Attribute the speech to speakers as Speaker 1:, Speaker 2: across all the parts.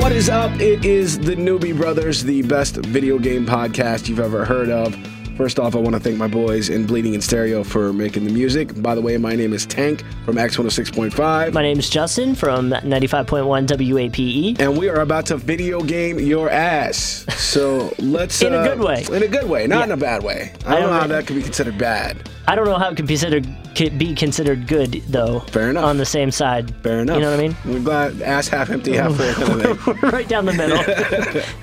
Speaker 1: What is up? It is the Newbie Brothers, the best video game podcast you've ever heard of. First off, I want to thank my boys in Bleeding and Stereo for making the music. By the way, my name is Tank from X106.5.
Speaker 2: My name's Justin from 95.1 WAPE.
Speaker 1: and we are about to video game your ass. So let's uh,
Speaker 2: In a good way.
Speaker 1: In a good way, not in a bad way. I don't,
Speaker 2: I
Speaker 1: know
Speaker 2: don't
Speaker 1: how
Speaker 2: know.
Speaker 1: that could be considered bad.
Speaker 2: I don't know how it could consider, could be considered good, though.
Speaker 1: Fair enough.
Speaker 2: On the same side.
Speaker 1: Fair enough.
Speaker 2: You know what I mean?
Speaker 1: We're glad ass half empty, half full. kind of thing.
Speaker 2: right down the middle,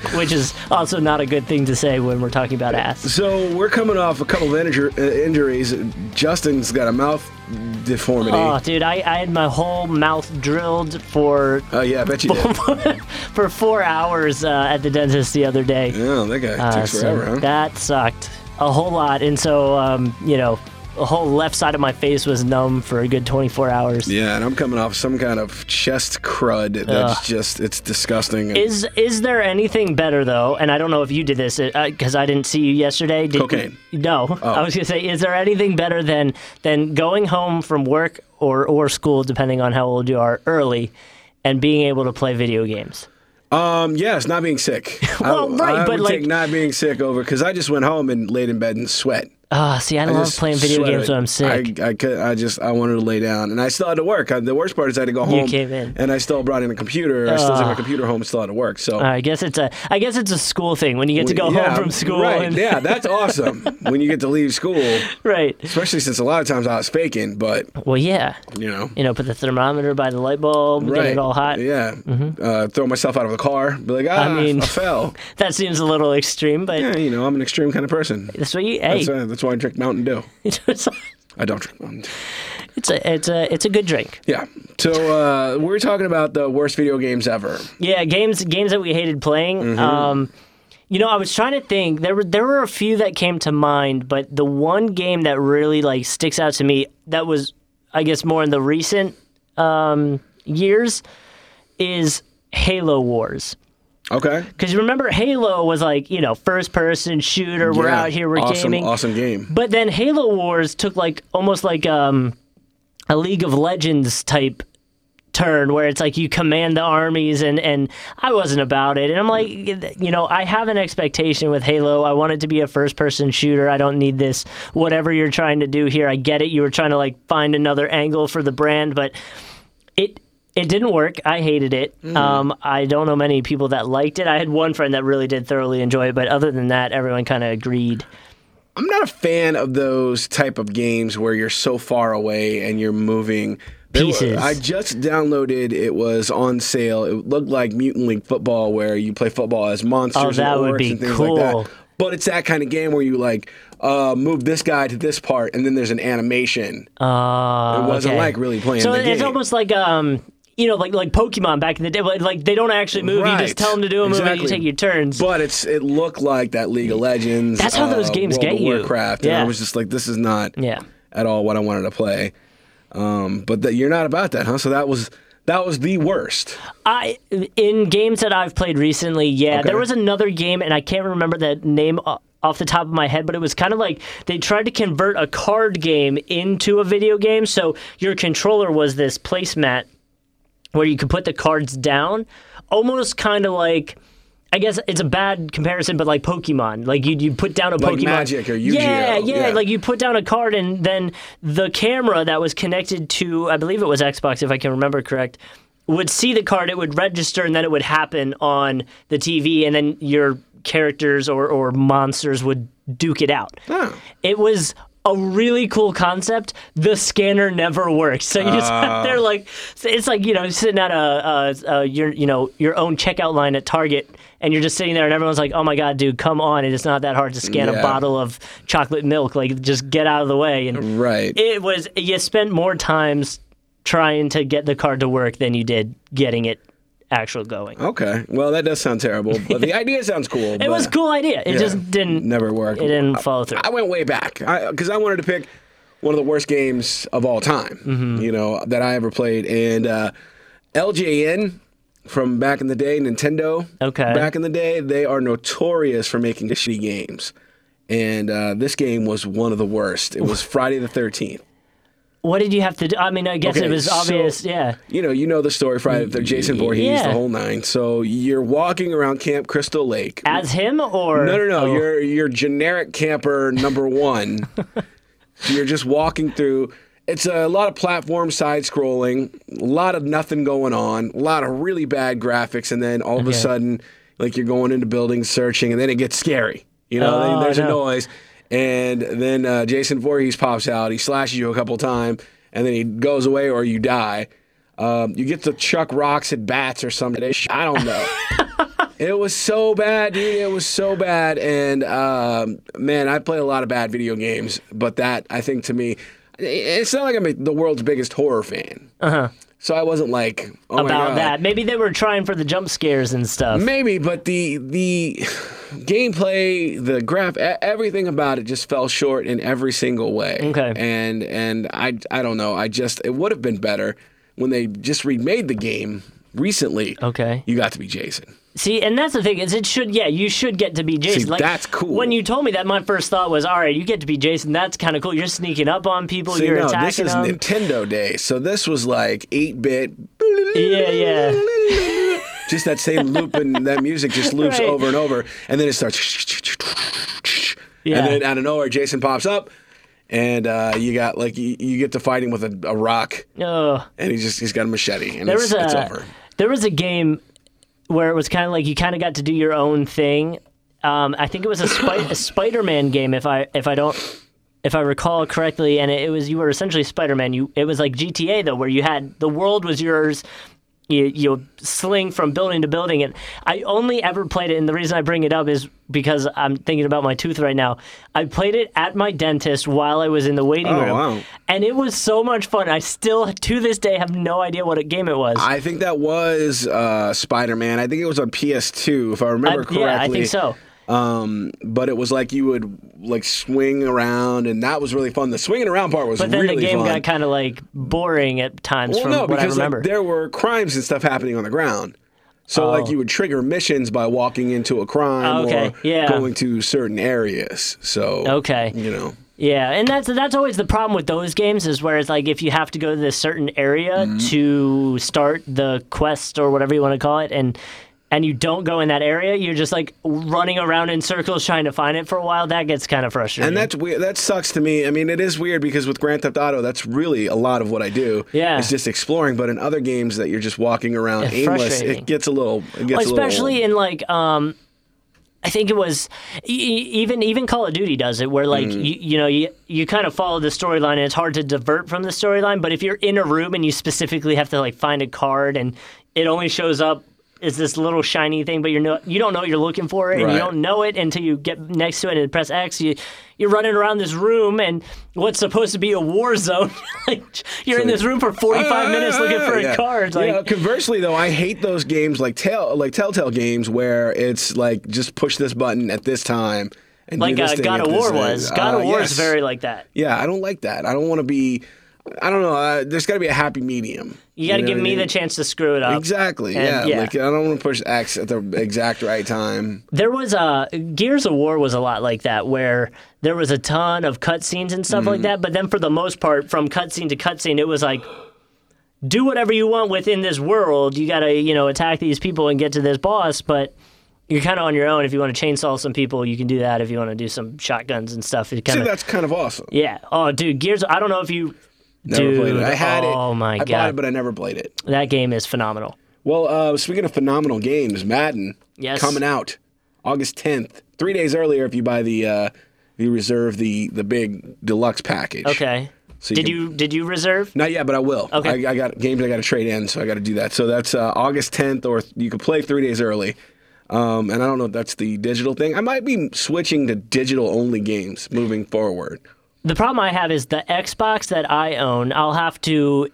Speaker 2: which is also not a good thing to say when we're talking about ass.
Speaker 1: So we're coming off a couple of injur- uh, injuries. Justin's got a mouth deformity.
Speaker 2: Oh,
Speaker 1: Oh,
Speaker 2: dude, I, I had my whole mouth drilled for
Speaker 1: Oh, yeah, I bet you did.
Speaker 2: for four hours uh, at the dentist the other day.
Speaker 1: Yeah, Oh, that guy
Speaker 2: Uh,
Speaker 1: takes
Speaker 2: so
Speaker 1: forever, huh?
Speaker 2: That sucked a whole lot, and so um, you know, the whole left side of my face was numb for a good 24 hours.
Speaker 1: yeah, and I'm coming off some kind of chest crud that's just, it's disgusting. And
Speaker 2: Is is there anything better though? And I don't know if you did this because I didn't see you yesterday. Did,
Speaker 1: Cocaine. Oh.
Speaker 2: No, I was gonna say, is there anything better than than going home from work or or school, depending on how old you are, early, and being able to play video games?
Speaker 1: um, yes, not being sick.
Speaker 2: Well,
Speaker 1: I,
Speaker 2: right,
Speaker 1: I
Speaker 2: but
Speaker 1: would
Speaker 2: like-
Speaker 1: take not being sick over because I just went home and laid in bed and sweat.
Speaker 2: Ah, see, I, love
Speaker 1: just
Speaker 2: playing video
Speaker 1: sweated.
Speaker 2: games when I'm sick.
Speaker 1: I, I could, I just, I wanted to lay down, and I still had to work. I, the worst part is I had to go home.
Speaker 2: came in.
Speaker 1: and I still brought in a computer. I still took my computer home. and Still had to work. So
Speaker 2: I, guess it's a I guess it's a school thing when you get to go
Speaker 1: Yeah,
Speaker 2: home from school.
Speaker 1: Right.
Speaker 2: and-
Speaker 1: Yeah, that's awesome when you get to leave school,
Speaker 2: right.
Speaker 1: especially since a lot of times I was faking, but
Speaker 2: Well, yeah.
Speaker 1: you know.
Speaker 2: You know, put the thermometer by the light bulb,
Speaker 1: Right.
Speaker 2: get it all hot. Mm-hmm.
Speaker 1: Yeah. Uh, throw myself out of the car. Be like, ah, I,
Speaker 2: mean-
Speaker 1: fell.
Speaker 2: That seems a little extreme, but
Speaker 1: Yeah, you know, I'm an extreme kind of person.
Speaker 2: that's what you. Hey,
Speaker 1: That's, uh, that's why I drink Mountain Dew.
Speaker 2: it's, a,
Speaker 1: I don't drink Mountain Dew.
Speaker 2: it's a it's a it's a good drink.
Speaker 1: Yeah. So uh, we're talking about the worst video games ever.
Speaker 2: Yeah, games games that we hated playing.
Speaker 1: Mm-hmm.
Speaker 2: Um, you know, I was trying to think. There were there were a few that came to mind, but the one game that really like sticks out to me that was, I guess, more in the recent um, years, is Halo Wars.
Speaker 1: Okay.
Speaker 2: Because remember, Halo was like you know first person shooter. We're
Speaker 1: Yeah.
Speaker 2: out here, we're
Speaker 1: awesome,
Speaker 2: gaming.
Speaker 1: Awesome game.
Speaker 2: But then Halo Wars took like almost like um, a League of Legends type turn where it's like you command the armies and and I wasn't about it and I'm like you know I have an expectation with Halo I want it to be a first person shooter I don't need this whatever you're trying to do here I get it you were trying to like find another angle for the brand but it it didn't work I hated it um I don't know many people that liked it I had one friend that really did thoroughly enjoy it but other than that everyone kind of agreed
Speaker 1: I'm not a fan of those type of games where you're so far away and you're moving There were-
Speaker 2: Pieces.
Speaker 1: I just downloaded. It was on sale. It looked like Mutant League Football, where you play football as monsters
Speaker 2: Oh, that
Speaker 1: and
Speaker 2: would
Speaker 1: orcs
Speaker 2: be
Speaker 1: and things like
Speaker 2: cool.
Speaker 1: that. But it's that kind of game where you like uh, move this guy to this part, and then there's an animation.
Speaker 2: Uh,
Speaker 1: it wasn't
Speaker 2: okay.
Speaker 1: like really playing
Speaker 2: So
Speaker 1: the game.
Speaker 2: it's almost like um, you know, like like Pokemon back in the day. Like, like they don't actually move; you
Speaker 1: Right.
Speaker 2: just tell them to do a move, and you
Speaker 1: Exactly.
Speaker 2: take your turns.
Speaker 1: but it's it looked like that League of Legends.
Speaker 2: That's how
Speaker 1: uh,
Speaker 2: those games
Speaker 1: World
Speaker 2: get
Speaker 1: of
Speaker 2: you.
Speaker 1: Warcraft, and
Speaker 2: Yeah.
Speaker 1: I was just like, this is not
Speaker 2: yeah,
Speaker 1: at all what I wanted to play. Um, but that you're not about that, huh? So that was that was the worst.
Speaker 2: I in games that I've played recently, yeah,
Speaker 1: Okay.
Speaker 2: there was another game, and I can't remember the name o- off the top of my head, but it was kind of like they tried to convert a card game into a video game. So your controller was this placemat where you could put the cards down, almost kind of like. I guess it's a bad comparison, but like Pokemon, like you you put down a
Speaker 1: Like
Speaker 2: Pokemon,
Speaker 1: Magic or Yu-Gi-Oh,
Speaker 2: Yeah, yeah,
Speaker 1: yeah.
Speaker 2: like you put down a card, and then the camera that was connected to, I believe it was Xbox, if I can remember correct, would see the card, it would register, and then it would happen on the TV, and then your characters or or monsters would duke it out. It was. A really cool concept. The scanner never works, so you just
Speaker 1: Oh.
Speaker 2: have there like it's like you know sitting at a, a, a your you know your own checkout line at Target, and you're just sitting there, and everyone's like, "Oh my god, dude, come on!" And it's not that hard to scan
Speaker 1: Yeah.
Speaker 2: a bottle bottle of chocolate milk. Like, just get out of the way. And
Speaker 1: Right.
Speaker 2: it was, you spent more times trying to get the card to work than you did getting it actual going.
Speaker 1: okay. Well, that does sound terrible, but the idea sounds cool.
Speaker 2: It was a cool idea. It just didn't,
Speaker 1: Never worked.
Speaker 2: it didn't follow through.
Speaker 1: I went way back because I, wanted to pick one of the worst games of all time,
Speaker 2: Mm-hmm.
Speaker 1: you know, that I ever played. And uh, LJN from back in the day, Nintendo.
Speaker 2: Okay.
Speaker 1: Back in the day, they are notorious for making shitty games. And uh, this game was one of the worst. It was Friday the 13th.
Speaker 2: What did you have to do? I mean, I guess
Speaker 1: Okay,
Speaker 2: it was
Speaker 1: so-
Speaker 2: obvious. yeah.
Speaker 1: You know, you know the story, Friday the 13th, Jason Voorhees,
Speaker 2: Yeah.
Speaker 1: the whole nine. So you're walking around Camp Crystal Lake.
Speaker 2: As him or
Speaker 1: No, no, no.
Speaker 2: oh.
Speaker 1: You're you're generic camper number one. you're just walking through. It's a lot of platform side scrolling, a lot of nothing going on, a lot of really bad graphics, and then all of a
Speaker 2: Okay.
Speaker 1: sudden, like you're going into buildings searching, and then it gets scary. You know,
Speaker 2: Oh,
Speaker 1: then there's a
Speaker 2: no.
Speaker 1: noise, and then uh, Jason Voorhees pops out. He slashes you a couple times, and then he goes away, or you die. Um, you get to chuck rocks at bats or something. I don't know. It was so bad, dude. It was so bad. And um, man, I play a lot of bad video games, but that I think to me, i- it's not like I'm a- the world's biggest horror fan. Uh huh. So I wasn't like oh my
Speaker 2: Uh-huh. about
Speaker 1: God. Mm.
Speaker 2: that. Maybe they were trying for the jump scares and stuff.
Speaker 1: Maybe, but the the gameplay, the graph, e- everything about it just fell short in every single way.
Speaker 2: Okay.
Speaker 1: And and I I don't know. I just it would have been better when they just remade the game recently.
Speaker 2: Okay.
Speaker 1: You got to be Jason.
Speaker 2: See, and that's the thing is, it should yeah, you should get to be Jason.
Speaker 1: See, that's cool.
Speaker 2: When you told me that, my first thought was, all right, you get to be Jason. That's kind of cool. You're sneaking up on people.
Speaker 1: See,
Speaker 2: you're
Speaker 1: no,
Speaker 2: attacking
Speaker 1: this is
Speaker 2: them.
Speaker 1: Nintendo Day, so this was like eight bit.
Speaker 2: Yeah, yeah.
Speaker 1: Just that same loop and that music just loops
Speaker 2: Right.
Speaker 1: over and over, and then it starts.
Speaker 2: Yeah.
Speaker 1: And then out of nowhere, Jason pops up, and uh, you got like you, you get to fighting with a, a rock,
Speaker 2: Oh,
Speaker 1: and he just he's got a machete, and
Speaker 2: there
Speaker 1: it's,
Speaker 2: was a
Speaker 1: it's over.
Speaker 2: there was a game where it was kind of like you kind of got to do your own thing. Um, I think it was a, spi- a Spider-Man game, if I if I don't if I recall correctly, and it, it was you were essentially Spider-Man. You it was like GTA though, where you had the world was yours. You you sling from building to building, and I only ever played it. And the reason I bring it up is because I'm thinking about my tooth right now. I played it at my dentist while I was in the waiting
Speaker 1: Oh,
Speaker 2: room,
Speaker 1: wow.
Speaker 2: and it was so much fun. I still to this day have no idea what a game it was.
Speaker 1: I think that was uh, Spider Man. I think it was on PS2, if I remember correctly.
Speaker 2: yeah, I think so.
Speaker 1: Um, but it was like you would like swing around, and that was really fun. The swinging around part was
Speaker 2: But then
Speaker 1: really
Speaker 2: the game
Speaker 1: fun.
Speaker 2: got kind of like boring at times
Speaker 1: well,
Speaker 2: from
Speaker 1: no,
Speaker 2: what I
Speaker 1: because like,
Speaker 2: remember.
Speaker 1: there were crimes and stuff happening on the ground. So like you would trigger missions by walking into a crime
Speaker 2: Oh, okay.
Speaker 1: or
Speaker 2: Yeah.
Speaker 1: going to certain areas. So
Speaker 2: Okay.
Speaker 1: you know.
Speaker 2: yeah, and that's that's always the problem with those games is where it's like if you have to go to this certain area
Speaker 1: Mm-hmm.
Speaker 2: to start the quest or whatever you want to call it, and and you don't go in that area, you're just like running around in circles trying to find it for a while. That gets kind of frustrating.
Speaker 1: And that's weird. That sucks to me. I mean, it is weird because with Grand Theft Auto, that's really a lot of what I do.
Speaker 2: Yeah.
Speaker 1: it's just exploring. But in other games that you're just walking around aimless,
Speaker 2: frustrating.
Speaker 1: it gets a little. It gets a little
Speaker 2: especially in like um I think it was e- e- even even Call of Duty does it where like
Speaker 1: Mm.
Speaker 2: you, you know you you kind of follow the storyline and it's hard to divert from the storyline but if you're in a room and you specifically have to like find a card and it only shows up is this little shiny thing but you're no, you don't know what you're looking for and
Speaker 1: Right.
Speaker 2: you don't know it until you get next to it and press X you you're running around this room and what's supposed to be a war zone like you're in this room for 45 minutes looking for a
Speaker 1: Yeah.
Speaker 2: card
Speaker 1: You
Speaker 2: like
Speaker 1: know, conversely, though, I hate those games like tell like Telltale games where it's like just push this button at this time and
Speaker 2: like
Speaker 1: do this
Speaker 2: uh,
Speaker 1: thing
Speaker 2: God
Speaker 1: at
Speaker 2: of
Speaker 1: this
Speaker 2: War
Speaker 1: thing.
Speaker 2: was. God of
Speaker 1: Uh,
Speaker 2: War is
Speaker 1: yes.
Speaker 2: very like that.
Speaker 1: Yeah, I don't like that. I don't want to be. I don't know. Uh, there's got to be a happy medium.
Speaker 2: You got to
Speaker 1: know
Speaker 2: give
Speaker 1: what I
Speaker 2: me
Speaker 1: mean?
Speaker 2: the chance to screw it up.
Speaker 1: Exactly. Yeah.
Speaker 2: And, yeah.
Speaker 1: Like I don't want to push X at the exact right time.
Speaker 2: There was uh, Gears of War was a lot like that, where there was a ton of cutscenes and stuff
Speaker 1: Mm.
Speaker 2: like that. But then for the most part, from cutscene to cutscene, it was like. Do whatever you want within this world. You gotta, you know, attack these people and get to this boss, but you're kind of on your own. If you want to chainsaw some people, you can do that. If you want to do some shotguns and stuff, it
Speaker 1: See,
Speaker 2: kind of,
Speaker 1: that's kind of awesome.
Speaker 2: yeah. Oh, dude, Gears. I don't know if you,
Speaker 1: Never
Speaker 2: dude.
Speaker 1: played it. I had it.
Speaker 2: oh my
Speaker 1: I bought
Speaker 2: god,
Speaker 1: it, but I never played it.
Speaker 2: that game is phenomenal.
Speaker 1: Well, uh, speaking of phenomenal games, Madden
Speaker 2: Yes.
Speaker 1: coming out August 10th, three days earlier if you buy the uh, if you reserve the the big deluxe package.
Speaker 2: Okay.
Speaker 1: So
Speaker 2: did
Speaker 1: can-
Speaker 2: you did you reserve?
Speaker 1: Not yet, but I will.
Speaker 2: Okay.
Speaker 1: I, I got games I got to trade in, so I got to do that. So that's uh, August 10th, or th- you can play three days early. Um, and I don't know if that's the digital thing. I might be switching to digital only games moving forward.
Speaker 2: The problem I have is the Xbox that I own. I'll have to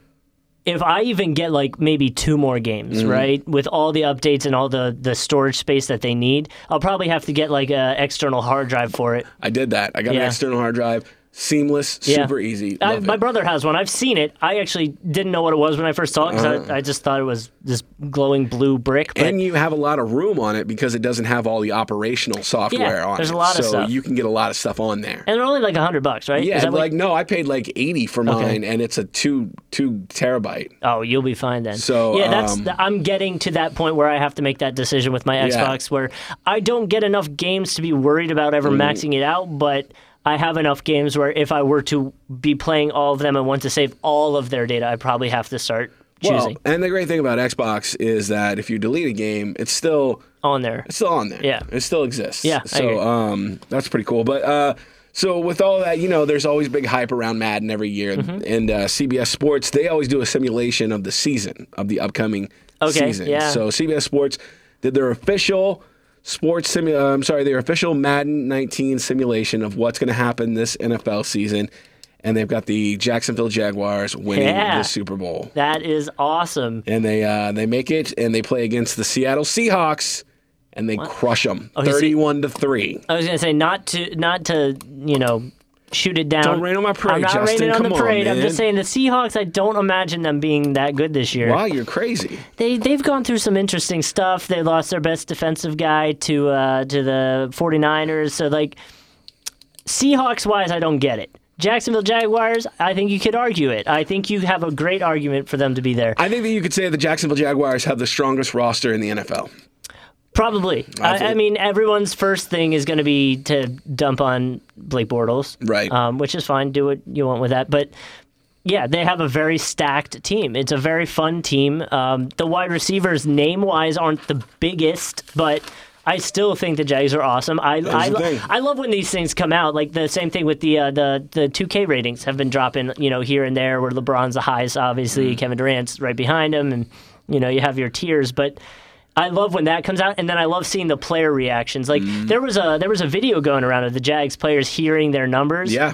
Speaker 2: if I even get like maybe two more games,
Speaker 1: Mm-hmm.
Speaker 2: right, with all the updates and all the the storage space that they need, I'll probably have to get like a external hard drive for it.
Speaker 1: I did that. I got an
Speaker 2: Yeah.
Speaker 1: external hard drive. seamless,
Speaker 2: Yeah.
Speaker 1: super easy.
Speaker 2: I,
Speaker 1: Love
Speaker 2: my
Speaker 1: it.
Speaker 2: brother has one. I've seen it. I actually didn't know what it was when I first saw it because I, I just thought it was this glowing blue brick. But
Speaker 1: Uh. and you have a lot of room on it because it doesn't have all the operational software
Speaker 2: Yeah,
Speaker 1: on
Speaker 2: there's
Speaker 1: it.
Speaker 2: a lot of
Speaker 1: so
Speaker 2: stuff.
Speaker 1: you can get a lot of stuff on there.
Speaker 2: and they're only like hundred bucks, right? Is
Speaker 1: yeah,
Speaker 2: that what-
Speaker 1: like no, I paid like eighty for mine, and it's a two two terabyte.
Speaker 2: Oh, you'll be fine then.
Speaker 1: So,
Speaker 2: yeah, that's
Speaker 1: um,
Speaker 2: the, I'm getting to that point where I have to make that decision with my Xbox, where I don't get enough games to be worried about
Speaker 1: Mm-hmm.
Speaker 2: ever maxing it out, but I have enough games where if I were to be playing all of them and want to save all of their data, I probably have to start choosing
Speaker 1: Well, and the great thing about Xbox is that if you delete a game, it's still
Speaker 2: on there.
Speaker 1: it's still on there.
Speaker 2: Yeah.
Speaker 1: It still exists.
Speaker 2: Yeah, I agree.
Speaker 1: So um that's pretty cool. But uh so with all that, you know, there's always big hype around Madden every year.
Speaker 2: Mm-hmm.
Speaker 1: And uh, CBS Sports, they always do a simulation of the season, of the upcoming
Speaker 2: Okay,
Speaker 1: season.
Speaker 2: yeah.
Speaker 1: So CBS Sports did their official sports simu- uh, I'm sorry, their official Madden 19 simulation of what's going to happen this NFL season. And they've got the Jacksonville Jaguars winning
Speaker 2: Yeah.
Speaker 1: the Super Bowl
Speaker 2: That is awesome.
Speaker 1: and they uh, they make it and they play against the Seattle Seahawks and they crush 'em. crush them
Speaker 2: you see-
Speaker 1: 31 to 3
Speaker 2: I was gonna say not to not to you know shoot it down.
Speaker 1: Don't rain on my parade,
Speaker 2: I'm not
Speaker 1: Justin.
Speaker 2: raining on
Speaker 1: Come
Speaker 2: the
Speaker 1: on,
Speaker 2: parade. I'm
Speaker 1: man.
Speaker 2: just saying the Seahawks. I don't imagine them being that good this year.
Speaker 1: wow you're crazy
Speaker 2: They they've gone through some interesting stuff. They lost their best defensive guy to uh, to the 49ers. So like Seahawks wise, I don't get it. Jacksonville Jaguars, I think you could argue it. I think you have a great argument for them to be there.
Speaker 1: i think that you could say the jacksonville jaguars have the strongest roster in the nfl
Speaker 2: Probably. I, I
Speaker 1: think-
Speaker 2: mean, everyone's first thing is going to be to dump on Blake Bortles,
Speaker 1: Right.
Speaker 2: Um, which is fine. Do what you want with that, but. Yeah, they have a very stacked team. It's a very fun team. Um, the wide receivers, name wise, aren't the biggest, but I still think the Jags are awesome. I I,
Speaker 1: the
Speaker 2: lo-
Speaker 1: thing.
Speaker 2: I love when these things come out. Like the same thing with the uh, the the 2K ratings have been dropping, you know, here and there. Where LeBron's the highest, obviously,
Speaker 1: Mm.
Speaker 2: Kevin Durant's right behind him, and you know you have your tiers, but. I love when that comes out, and then I love seeing the player reactions. Like
Speaker 1: Mm.
Speaker 2: there was a there was a video going around of the Jags players hearing their numbers,
Speaker 1: yeah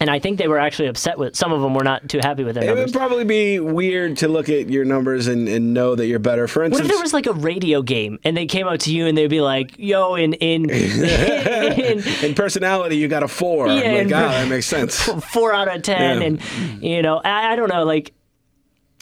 Speaker 2: and I think they were actually upset with some of them were not too happy with their
Speaker 1: it
Speaker 2: numbers.
Speaker 1: would probably be weird to look at your numbers and, and know that you're better for
Speaker 2: What
Speaker 1: instance
Speaker 2: if there was like a radio game, and they came out to you and they'd be like, "Yo, in in, in
Speaker 1: in personality you got a four
Speaker 2: Yeah,
Speaker 1: I'm like,
Speaker 2: in-
Speaker 1: ah, that makes sense
Speaker 2: four out of ten,
Speaker 1: Yeah.
Speaker 2: and you know, I, I don't know, like."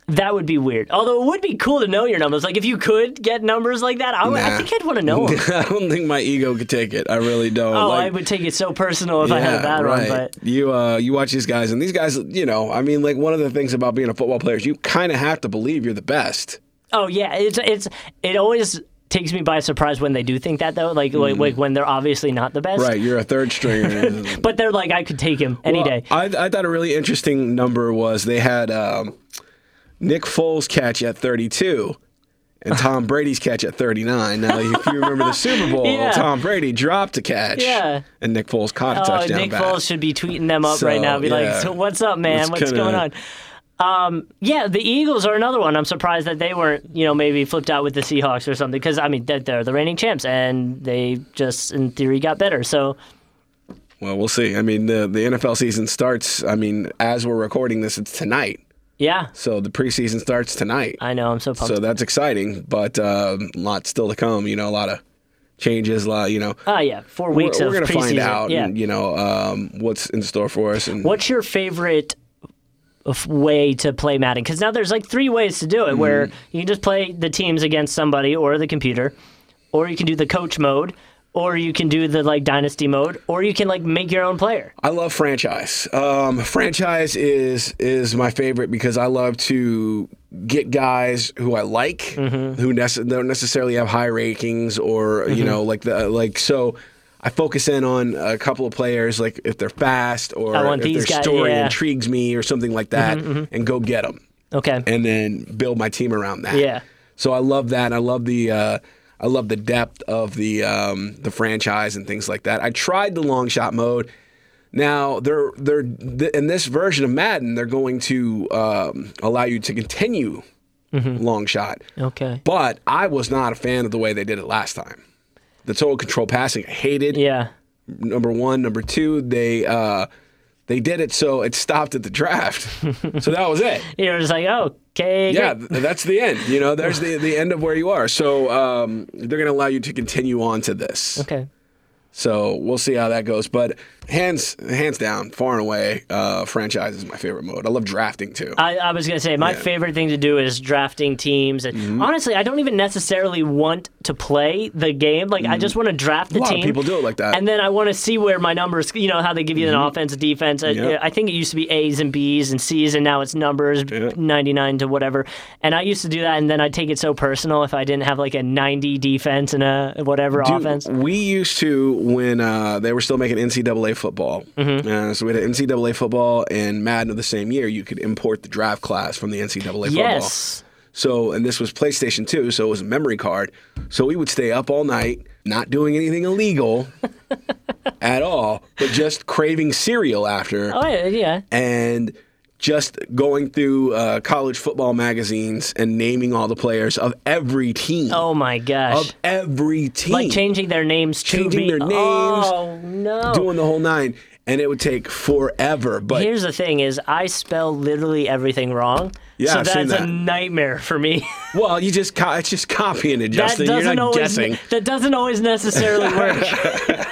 Speaker 2: That would be weird. Although it would be cool to know your numbers. Like if you could get numbers like that, I, would, I
Speaker 1: Nah.
Speaker 2: think I'd want to know 'em.
Speaker 1: i don't think my ego could take it i really don't
Speaker 2: Oh,
Speaker 1: Like-
Speaker 2: I would take it so personal if I had that one. But
Speaker 1: you uh, you watch these guys, and these guys, you know, I mean, like one of the things about being a football player is you kind of have to believe you're the best.
Speaker 2: Oh yeah, it's it's it always takes me by surprise when they do think that though. Like like, like when they're obviously not the best,
Speaker 1: Mm. Right, you're a third stringer. Uh,
Speaker 2: but they're like I could take him any day.
Speaker 1: I, I thought a really interesting number was they had um, Nick Foles' catch at 32 and Tom Brady's catch at 39. Now, if you remember the Super Bowl,
Speaker 2: Yeah.
Speaker 1: Tom Brady dropped a catch,
Speaker 2: Yeah.
Speaker 1: and Nick Foles caught a
Speaker 2: Oh,
Speaker 1: touchdown
Speaker 2: Nick
Speaker 1: back.
Speaker 2: Foles should be tweeting them up
Speaker 1: So,
Speaker 2: right now. Be
Speaker 1: yeah.
Speaker 2: like, so what's up, man?
Speaker 1: It's
Speaker 2: what's
Speaker 1: kinda-
Speaker 2: going on? Um, yeah, the Eagles are another one. I'm surprised that they weren't, you know, maybe flipped out with the Seahawks or something. Because I mean, they're, they're the reigning champs, and they just, in theory, got better. So
Speaker 1: Well, we'll see. I mean, the, the NFL season starts. I mean, as we're recording this, it's tonight.
Speaker 2: yeah,
Speaker 1: So the preseason starts tonight.
Speaker 2: I know. I'm so pumped.
Speaker 1: So that's exciting, but uh, a lot still to come. You know, a lot of changes. A lot, you know.
Speaker 2: Ah, yeah, 4
Speaker 1: We're,
Speaker 2: weeks
Speaker 1: we're
Speaker 2: of
Speaker 1: gonna
Speaker 2: preseason.
Speaker 1: find out,
Speaker 2: yeah.
Speaker 1: and, you know, um, what's in store for us. And
Speaker 2: What's your favorite f- way to play Madden? Because now there's like three ways to do it, where
Speaker 1: Mm-hmm.
Speaker 2: you can just play the teams against somebody or the computer, or you can do the coach mode, or you can do the like dynasty mode, or you can like make your own player.
Speaker 1: I love franchise. Um, franchise is is my favorite because I love to get guys who I like,
Speaker 2: Mm-hmm.
Speaker 1: who nece- don't necessarily have high rankings or you
Speaker 2: Mm-hmm.
Speaker 1: know like the like so. I focus in on a couple of players, like if they're fast or
Speaker 2: I want
Speaker 1: if their
Speaker 2: these guys-
Speaker 1: story
Speaker 2: yeah. Mm-hmm,
Speaker 1: intrigues me or something like that, and go get them.
Speaker 2: Okay.
Speaker 1: and then build my team around that.
Speaker 2: Yeah.
Speaker 1: So I love that. and I love the uh, I love the depth of the um, the franchise and things like that. I tried the long shot mode. Now they're they're th- in this version of Madden, they're going to um, allow you to continue
Speaker 2: Mm-hmm.
Speaker 1: long shot.
Speaker 2: okay.
Speaker 1: But I was not a fan of the way they did it last time. The total control passing, I hated
Speaker 2: Yeah.
Speaker 1: number one, number two. They uh, they did it so it stopped at the draft. so that was it
Speaker 2: You're just like, oh, okay.
Speaker 1: yeah,
Speaker 2: great.
Speaker 1: th- that's the end. You know, there's the the end of where you are. So um, they're going to allow you to continue on to this.
Speaker 2: Okay.
Speaker 1: So we'll see how that goes. But hands hands down, far and away, uh, franchise is my favorite mode. I love drafting too.
Speaker 2: I, I was gonna say my
Speaker 1: Yeah. Mm-hmm.
Speaker 2: favorite thing to do is drafting teams, and honestly, I don't even necessarily want to play the game. Like, I just want to draft
Speaker 1: Mm-hmm.
Speaker 2: the
Speaker 1: A lot of
Speaker 2: team.
Speaker 1: people do it like that.
Speaker 2: and then I want to see where my numbers. You know how they give you
Speaker 1: Mm-hmm.
Speaker 2: an offense, defense. I-
Speaker 1: Yeah.
Speaker 2: I, think it used to be A's and B's and C's, and now it's numbers, ninety nine to whatever. And I used to do that, and then I take it so personal if I didn't have like a ninety defense and a whatever
Speaker 1: Dude,
Speaker 2: offense.
Speaker 1: We used to when uh, they were still making NCAA football.
Speaker 2: Mm-hmm.
Speaker 1: Uh, so we had NCAA football and Madden of the same year. You could import the draft class from the NCAA football.
Speaker 2: Yes.
Speaker 1: So, and this was PlayStation 2, so it was a memory card. So we would stay up all night, not doing anything illegal at all, but just craving cereal after
Speaker 2: Oh yeah, yeah.
Speaker 1: and just going through uh, college football magazines and naming all the players of every team.
Speaker 2: Oh my gosh.
Speaker 1: Of every team.
Speaker 2: like changing their names to
Speaker 1: Changing
Speaker 2: be-
Speaker 1: their names,
Speaker 2: Oh no.
Speaker 1: doing the whole nine, and it would take forever. But
Speaker 2: Here's the thing: is I spell literally everything wrong.
Speaker 1: Yeah,
Speaker 2: so
Speaker 1: I've
Speaker 2: that's
Speaker 1: seen that.
Speaker 2: a nightmare for me.
Speaker 1: well, you just co- it's just copying it, Justin.
Speaker 2: that
Speaker 1: You're
Speaker 2: doesn't
Speaker 1: not
Speaker 2: always
Speaker 1: guessing.
Speaker 2: that doesn't always necessarily work.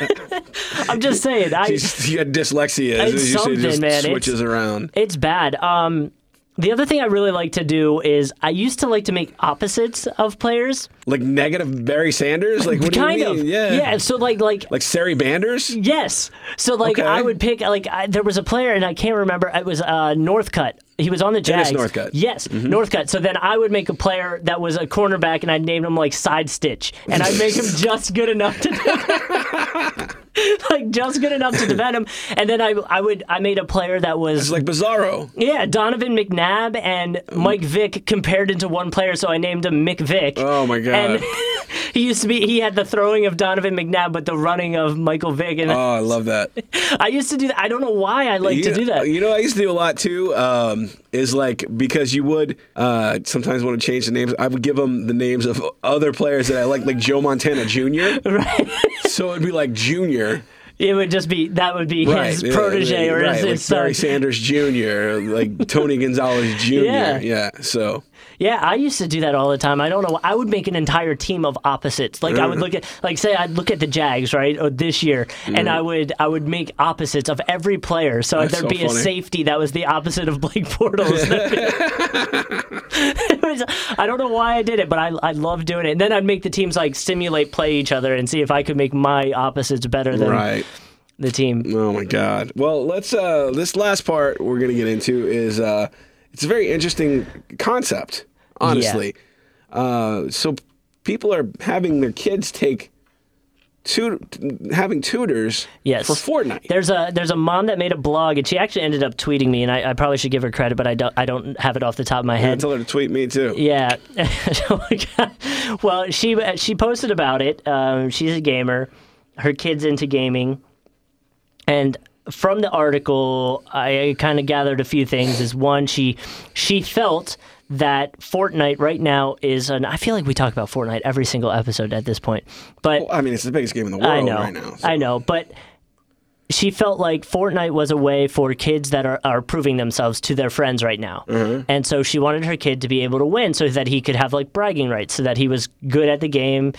Speaker 2: I'm just saying, I
Speaker 1: You just- you got dyslexia.
Speaker 2: It's
Speaker 1: You should
Speaker 2: something,
Speaker 1: just
Speaker 2: man. It's-
Speaker 1: switches around.
Speaker 2: it's bad. Um, the other thing I really like to do is I used to like to make opposites of players.
Speaker 1: Like negative Barry Sanders? Like what
Speaker 2: kind
Speaker 1: do you mean?
Speaker 2: of,
Speaker 1: Yeah.
Speaker 2: yeah. So like, like
Speaker 1: Like Sari Banders?
Speaker 2: Yes. So like
Speaker 1: Okay.
Speaker 2: I would pick like I, there was a player and I can't remember it was uh, Northcutt. He was on the
Speaker 1: Dennis
Speaker 2: Jags.
Speaker 1: Northcutt. Mm-hmm.
Speaker 2: Yes, Northcutt. So then I would make a player that was a cornerback and I'd name him like Side Stitch and I'd make him just good enough to like just good enough to defend him. And then I I would I made a player that was
Speaker 1: It's like Bizarro.
Speaker 2: yeah, Donovan McNabb and Mike Vick compared into one player, so I named him Mick Vick.
Speaker 1: Oh, my God.
Speaker 2: And he used to be he had the throwing of Donovan McNabb but the running of Michael Vick and
Speaker 1: Oh, I love that.
Speaker 2: I used to do that. I don't know why I like to
Speaker 1: You-
Speaker 2: do that.
Speaker 1: You know, I used to do a lot too. Um, is like because you would uh, sometimes want to change the names. I would give them the names of other players that I like, like Joe Montana Jr.
Speaker 2: Right?
Speaker 1: so it'd be like Junior,
Speaker 2: It would just be that would be
Speaker 1: right?
Speaker 2: his
Speaker 1: yeah,
Speaker 2: protege
Speaker 1: yeah,
Speaker 2: or
Speaker 1: right,
Speaker 2: his,
Speaker 1: like
Speaker 2: his son.
Speaker 1: Barry Sanders Jr., like Tony Gonzalez Jr.
Speaker 2: Yeah.
Speaker 1: Yeah. So
Speaker 2: Yeah, I used to do that all the time. I don't know. I would make an entire team of opposites. Like I would
Speaker 1: Mm-hmm.
Speaker 2: look at, like say, I'd look at the Jags, right, or this year, and I would I would make opposites of every player. So
Speaker 1: Mm. That's
Speaker 2: there'd
Speaker 1: so
Speaker 2: be a
Speaker 1: funny.
Speaker 2: safety that was the opposite of Blake Portals. It was- I don't know why I did it, but I I love doing it. And then I'd make the teams like simulate play each other and see if I could make my opposites better than
Speaker 1: right.
Speaker 2: the team.
Speaker 1: Oh my God. Well, let's. Uh, this last part we're gonna get into is uh, it's a very interesting concept, honestly. Uh, so people are having their kids take tut- having tutors
Speaker 2: Yes.
Speaker 1: for Fortnite.
Speaker 2: There's a there's a mom that made a blog and she actually ended up tweeting me and I, I probably should give her credit but I don't I don't have it off the top of my
Speaker 1: I
Speaker 2: head.
Speaker 1: tell her to tweet me too.
Speaker 2: Yeah. Oh my God. well, she she posted about it. Um, she's a gamer. Her kid's into gaming, and from the article, I kind of gathered a few things. Is one, she she felt that Fortnite right now is an. I feel like we talk about Fortnite every single episode at this point, but
Speaker 1: Well, I mean, it's the biggest game in the world
Speaker 2: I know.
Speaker 1: right now. so-
Speaker 2: I know, but she felt like Fortnite was a way for kids that are, are proving themselves to their friends right now.
Speaker 1: Mm-hmm.
Speaker 2: And so she wanted her kid to be able to win so that he could have like bragging rights, so that he was good at the game,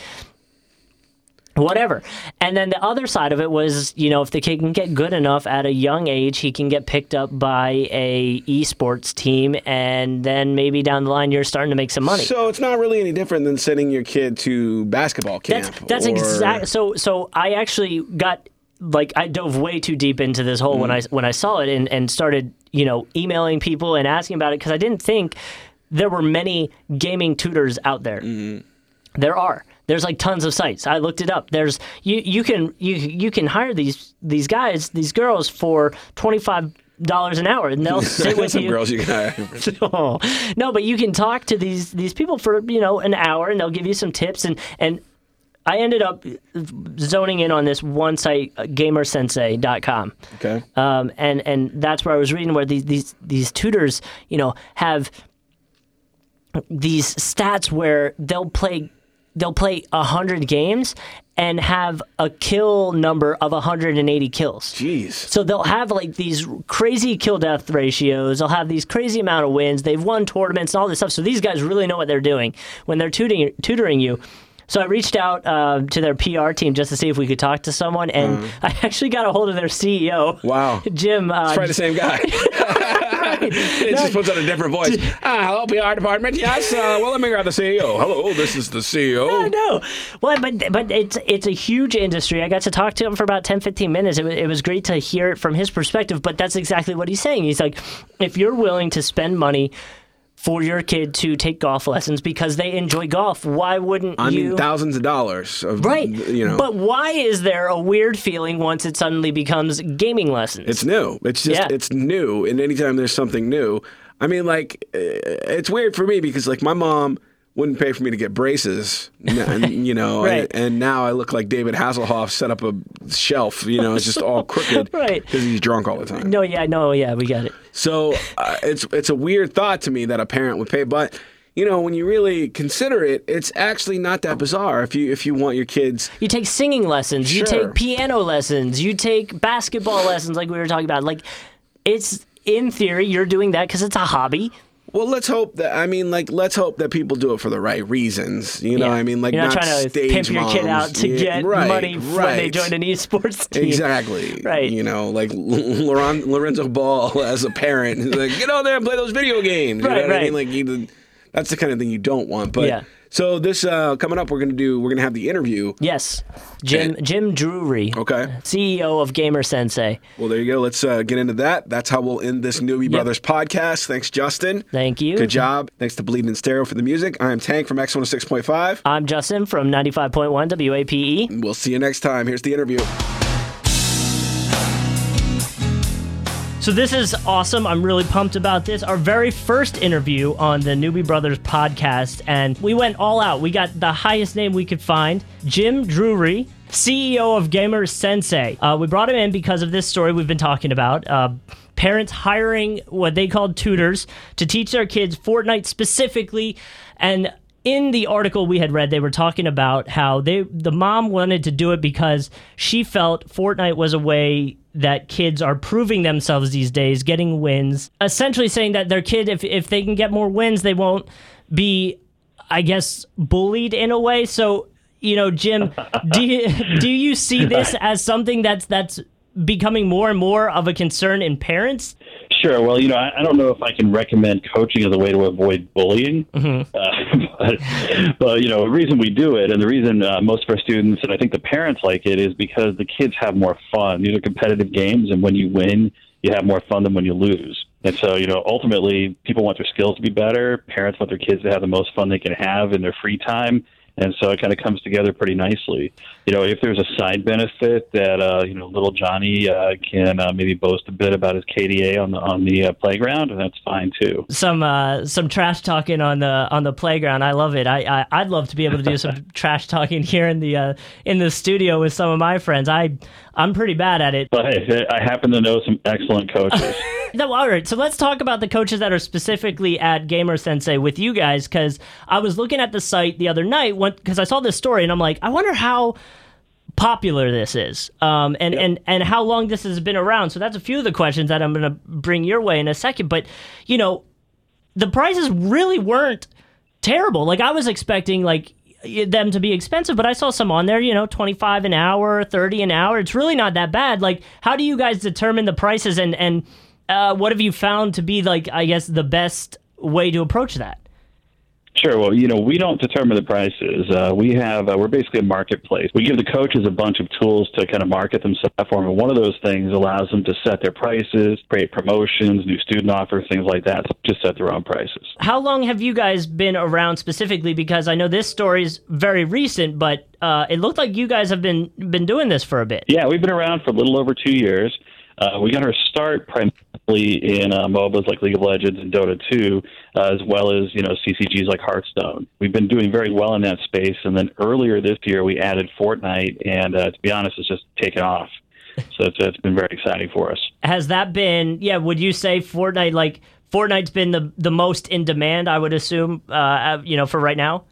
Speaker 2: whatever. And then the other side of it was, you know, if the kid can get good enough at a young age, he can get picked up by a esports team and then maybe down the line you're starting to make some money.
Speaker 1: So it's not really any different than sending your kid to basketball camp.
Speaker 2: That's that's
Speaker 1: or-
Speaker 2: exact. So so I actually got like I dove way too deep into this hole
Speaker 1: Mm.
Speaker 2: when I when I saw it and and started you know emailing people and asking about it because I didn't think there were many gaming tutors out there.
Speaker 1: Mm-hmm.
Speaker 2: There are. There's like tons of sites. I looked it up. There's you you can you you can hire these these guys these girls for twenty five dollars an hour and they'll sit with
Speaker 1: Some
Speaker 2: you
Speaker 1: girls you can hire.
Speaker 2: oh. No, but you can talk to these these people for you know an hour, and they'll give you some tips. and And I ended up zoning in on this one site, uh, GamerSensei.com,
Speaker 1: Okay.
Speaker 2: um, and and that's where I was reading where these these these tutors, you know, have these stats where they'll play they'll play hundred games and have a kill number of 180 kills.
Speaker 1: Jeez.
Speaker 2: So they'll have like these crazy kill death ratios. They'll have these crazy amount of wins. They've won tournaments and all this stuff. So these guys really know what they're doing when they're tutoring tutoring you. So I reached out uh, to their PR team just to see if we could talk to someone, and I actually got a hold of their CEO.
Speaker 1: Mm. Wow.
Speaker 2: Jim. Uh,
Speaker 1: It's probably the same guy. It just puts out a different voice. Ah, hello, PR department. Yes. Uh, well, let me grab the CEO. Hello, this is the E
Speaker 2: I
Speaker 1: CEO.
Speaker 2: know. Well, but but it's it's a huge industry. I got to talk to him for about 10, 15 minutes. It was, it was great to hear it from his perspective. But that's exactly what he's saying. He's like, if you're willing to spend money for your kid to take golf lessons because they enjoy golf, why wouldn't
Speaker 1: I
Speaker 2: you?
Speaker 1: mean, thousands of dollars. Of,
Speaker 2: Right.
Speaker 1: You know.
Speaker 2: But why is there a weird feeling once it suddenly becomes gaming lessons?
Speaker 1: It's new. It's just
Speaker 2: Yeah.
Speaker 1: it's new, and anytime there's something new, I mean, like uh, it's weird for me because like my mom wouldn't pay for me to get braces, n- and, you know,
Speaker 2: Right.
Speaker 1: and, and now I look like David Hasselhoff set up a shelf. You know, it's just all crooked,
Speaker 2: Right.
Speaker 1: Because he's drunk all the time.
Speaker 2: no, yeah, no, yeah, we got it.
Speaker 1: So uh, it's it's a weird thought to me that a parent would pay, but. You know, when you really consider it, it's actually not that bizarre. If you if you want your kids,
Speaker 2: You take singing lessons, you
Speaker 1: Sure.
Speaker 2: take piano lessons, you take basketball lessons, like we were talking about. Like, it's in theory, you're doing that because it's a hobby.
Speaker 1: well, let's hope that I mean, like, let's hope that people do it for the right reasons. You know,
Speaker 2: Yeah.
Speaker 1: what I mean, like,
Speaker 2: you're not,
Speaker 1: not,
Speaker 2: trying to
Speaker 1: stage
Speaker 2: pimp your kid out
Speaker 1: moms.
Speaker 2: to
Speaker 1: Yeah,
Speaker 2: get
Speaker 1: right,
Speaker 2: money when they
Speaker 1: right.
Speaker 2: join an esports team.
Speaker 1: Exactly.
Speaker 2: Right.
Speaker 1: You know, like Loren- Lorenzo Ball as a parent is like, get on there and play those video games. You know
Speaker 2: Right,
Speaker 1: what I mean?
Speaker 2: right.
Speaker 1: Like, you, that's the kind of thing you don't want. But
Speaker 2: Yeah.
Speaker 1: so this uh, coming up, we're gonna do we're gonna have the interview.
Speaker 2: Yes, Jim Jim Drury,
Speaker 1: Eh. Okay.
Speaker 2: CEO of Gamer Sensei.
Speaker 1: Well, there you go. Let's uh, get into that. That's how we'll end this Newbie Brothers podcast. Thanks, Justin.
Speaker 2: Thank you.
Speaker 1: Good job. Thanks to Bleeding Stereo for the music. I am Tank from X106.5.
Speaker 2: I'm Justin from 95.1 WAPe.
Speaker 1: We'll see you next time. Here's the interview.
Speaker 2: So this is awesome. I'm really pumped about this. Our very first interview on the Newbie Brothers podcast, and we went all out. We got the highest name we could find, Jim Drury. CEO of Gamer Sensei. Uh, we brought him in because of this story we've been talking about. Uh, parents hiring what they called tutors to teach their kids Fortnite specifically. And in the article we had read, they were talking about how they the mom wanted to do it because she felt Fortnite was a way that kids are proving themselves these days, getting wins. Essentially saying that their kid, if if they can get more wins, they won't be, I guess, bullied in a way. So you know, Jim, do you, do you see this as something that's that's becoming more and more of a concern in parents?
Speaker 3: Sure. Well, you know, I, I don't know if I can recommend coaching as a way to avoid bullying, uh, but, but you know, the reason we do it, and the reason uh, most of our students, and I think the parents like it, is because the kids have more fun. These are competitive games, and when you win, you have more fun than when you lose. And so, you know, ultimately, people want their skills to be better. Parents want their kids to have the most fun they can have in their free time. And so it kind of comes together pretty nicely. You know, if there's a side benefit that uh, you know little Johnny uh, can uh, maybe boast a bit about his KDA on the on the uh, playground, and that's fine too.
Speaker 2: Some uh, some trash talking on the on the playground. I love it. I, I I'd love to be able to do some trash talking here in the uh, in the studio with some of my friends. I I'm pretty bad at it.
Speaker 3: But hey, I happen to know some excellent coaches.
Speaker 2: No, all right. So let's talk about the coaches that are specifically at Gamer Sensei with you guys because I was looking at the site the other night because I saw this story and I'm like, I wonder how popular this is um, and, and, and how long this has been around. So that's a few of the questions that I'm going to bring your way in a second. But, you know, the prices really weren't terrible. Like I was expecting like y- them to be expensive, but I saw some on there, you know, 25 an hour, 30 an hour. It's really not that bad. Like how do you guys determine the prices and and uh, what have you found to be like I guess the best way to approach that?
Speaker 3: Sure. Well, you know, we don't determine the prices. Uh, we have uh, we're basically a marketplace. We give the coaches a bunch of tools to kind of market themselves, and one of those things allows them to set their prices, create promotions, new student offers, things like that. to Just set their own prices.
Speaker 2: How long have you guys been around specifically because I know this story is very recent, but uh, it looked like you guys have been been doing this for a bit.
Speaker 3: Yeah, we've been around for a little over two years. Uh, we got our start primarily in uh, MOBAs like League of Legends and Dota 2, uh, as well as you know CCGs like Hearthstone. We've been doing very well in that space, and then earlier this year we added Fortnite, and uh, to be honest, it's just taken off. So it's, it's been very exciting for us.
Speaker 2: has that been yeah would you say fortnite like fortnite's been the the most in demand i would assume uh, uh you know for right now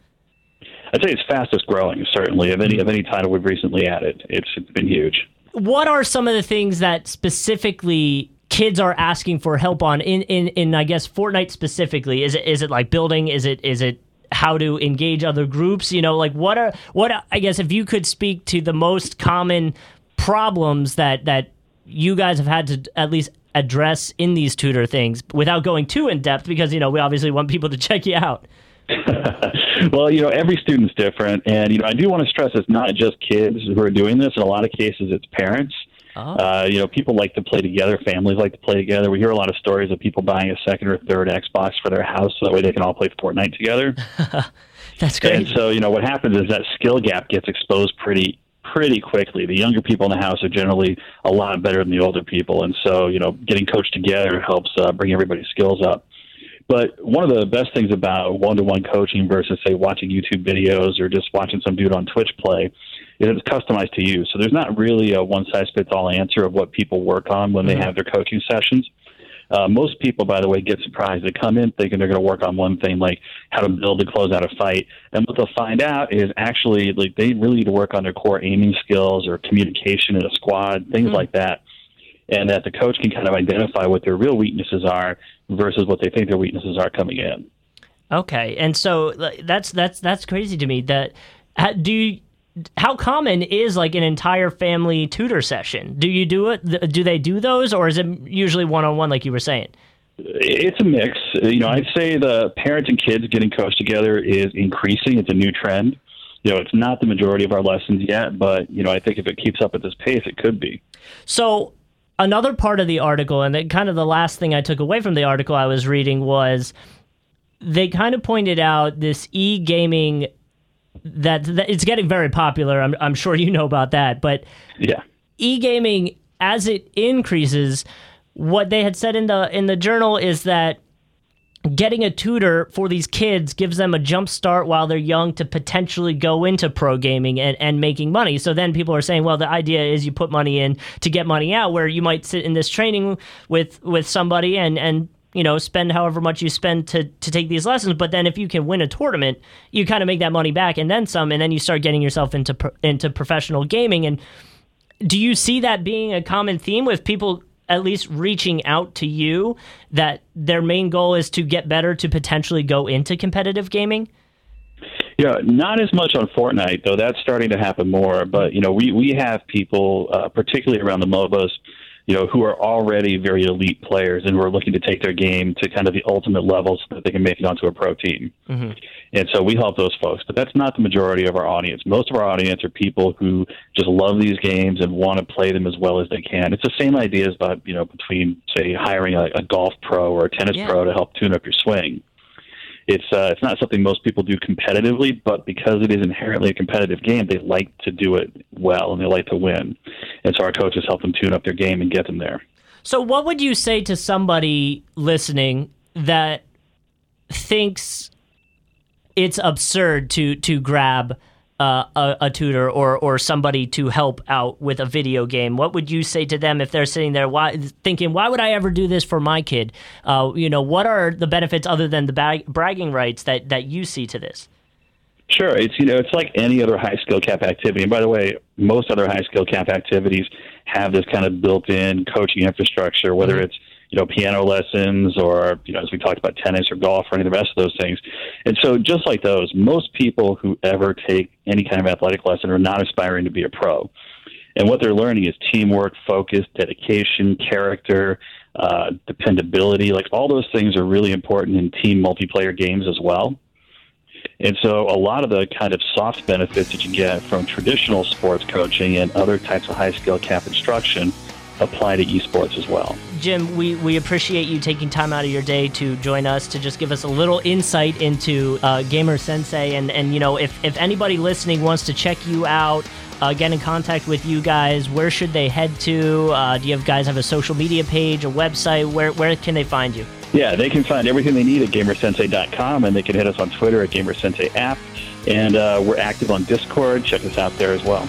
Speaker 3: I'd say it's fastest growing, certainly of any of any title we've recently added. It's, it's been huge.
Speaker 2: what are some of the things that specifically kids are asking for help on in in, in i guess fortnite specifically is it is it like building is it is it how to engage other groups. You know, like what are what are- I guess if you could speak to the most common problems that that you guys have had to at least address in these tutor things without going too in depth because you know we obviously want people to check you out.
Speaker 3: well, you know, every student's different, and you know, I do want to stress it's not just kids who are doing this. In a lot of cases, it's parents. Uh, you know, people like to play together. Families like to play together. We hear a lot of stories of people buying a second or third Xbox for their house so that way they can all play Fortnite together.
Speaker 2: That's great.
Speaker 3: And so, you know, what happens is that skill gap gets exposed pretty pretty quickly. The younger people in the house are generally a lot better than the older people, and so you know, getting coached together helps uh, bring everybody's skills up. But one of the best things about one-to-one coaching versus say watching YouTube videos or just watching some dude on Twitch play is it's customized to you. So there's not really a one-size-fits-all answer of what people work on when they have their coaching sessions. Uh, most people, by the way, get surprised. They come in thinking they're going to work on one thing, like how to build and close out a fight. And what they'll find out is actually like they really need to work on their core aiming skills or communication in a squad, things like that. And that the coach can kind of identify what their real weaknesses are versus what they think their weaknesses are coming in.
Speaker 2: Okay, and so like, that's that's that's crazy to me. That ha- do you, how common is like an entire family tutor session? Do you do it? th- Do they do those, or is it usually one on one, like you were saying?
Speaker 3: It's a mix. You know, I'd say the parents and kids getting coached together is increasing. It's a new trend. You know, it's not the majority of our lessons yet, but you know, I think if it keeps up at this pace, it could be.
Speaker 2: So another part of the article, and then kind of the last thing I took away from the article I was reading was they kind of pointed out this e gaming that, that it's getting very popular. I'm I'm sure you know about that, but
Speaker 3: Yeah.
Speaker 2: e-gaming as it increases what they had said in the in the journal is that getting a tutor for these kids gives them a jump start while they're young to potentially go into pro gaming and, and making money so then people are saying well the idea is you put money in to get money out where you might sit in this training with with somebody and and you know spend however much you spend to to take these lessons but then if you can win a tournament you kind of make that money back and then some and then you start getting yourself into pro, into professional gaming and do you see that being a common theme with people at least reaching out to you that their main goal is to get better to potentially go into competitive gaming?
Speaker 3: Yeah, not as much on Fortnite though. That's starting to happen more. But you know, we we have people, uh, particularly around the MOBAs, you know, who are already very elite players and who are looking to take their game to kind of the ultimate level so that they can make it onto a pro team. And so we help those folks, but that's not the majority of our audience. Most of our audience are people who just love these games and want to play them as well as they can. It's the same ideas about you know between say hiring a, a golf pro or a tennis
Speaker 2: Yeah.
Speaker 3: pro to help tune up your swing it's uh, it's not something most people do competitively, but because it is inherently a competitive game, they like to do it well and they like to win, and so our coaches help them tune up their game and get them there.
Speaker 2: So, what would you say to somebody listening that thinks it's absurd to to grab uh, a, a tutor or or somebody to help out with a video game? What would you say to them if they're sitting there why, thinking, "Why would I ever do this for my kid?" Uh, you know, what are the benefits other than the bag, bragging rights that that you see to this?
Speaker 3: Sure, it's you know it's like any other high skill cap activity. And by the way, most other high skill cap activities have this kind of built-in coaching infrastructure, whether it's you know piano lessons or you know as we talked about tennis or golf or any of the rest of those things. And so just like those, most people who ever take any kind of athletic lesson are not aspiring to be a pro. And what they're learning is teamwork, focus, dedication, character, uh, dependability. Like all those things are really important in team multiplayer games as well. And so, a lot of the kind of soft benefits that you get from traditional sports coaching and other types of high skill cap instruction apply to esports as well.
Speaker 2: Jim, we, we appreciate you taking time out of your day to join us to just give us a little insight into uh, Gamer Sensei. And, and, you know, if, if anybody listening wants to check you out, uh, get in contact with you guys, where should they head to? Uh, do you have guys have a social media page, a website? Where, where can they find you?
Speaker 3: Yeah, they can find everything they need at gamersensei.com and they can hit us on Twitter at gamersensei app. And uh, we're active on Discord. Check us out there as well.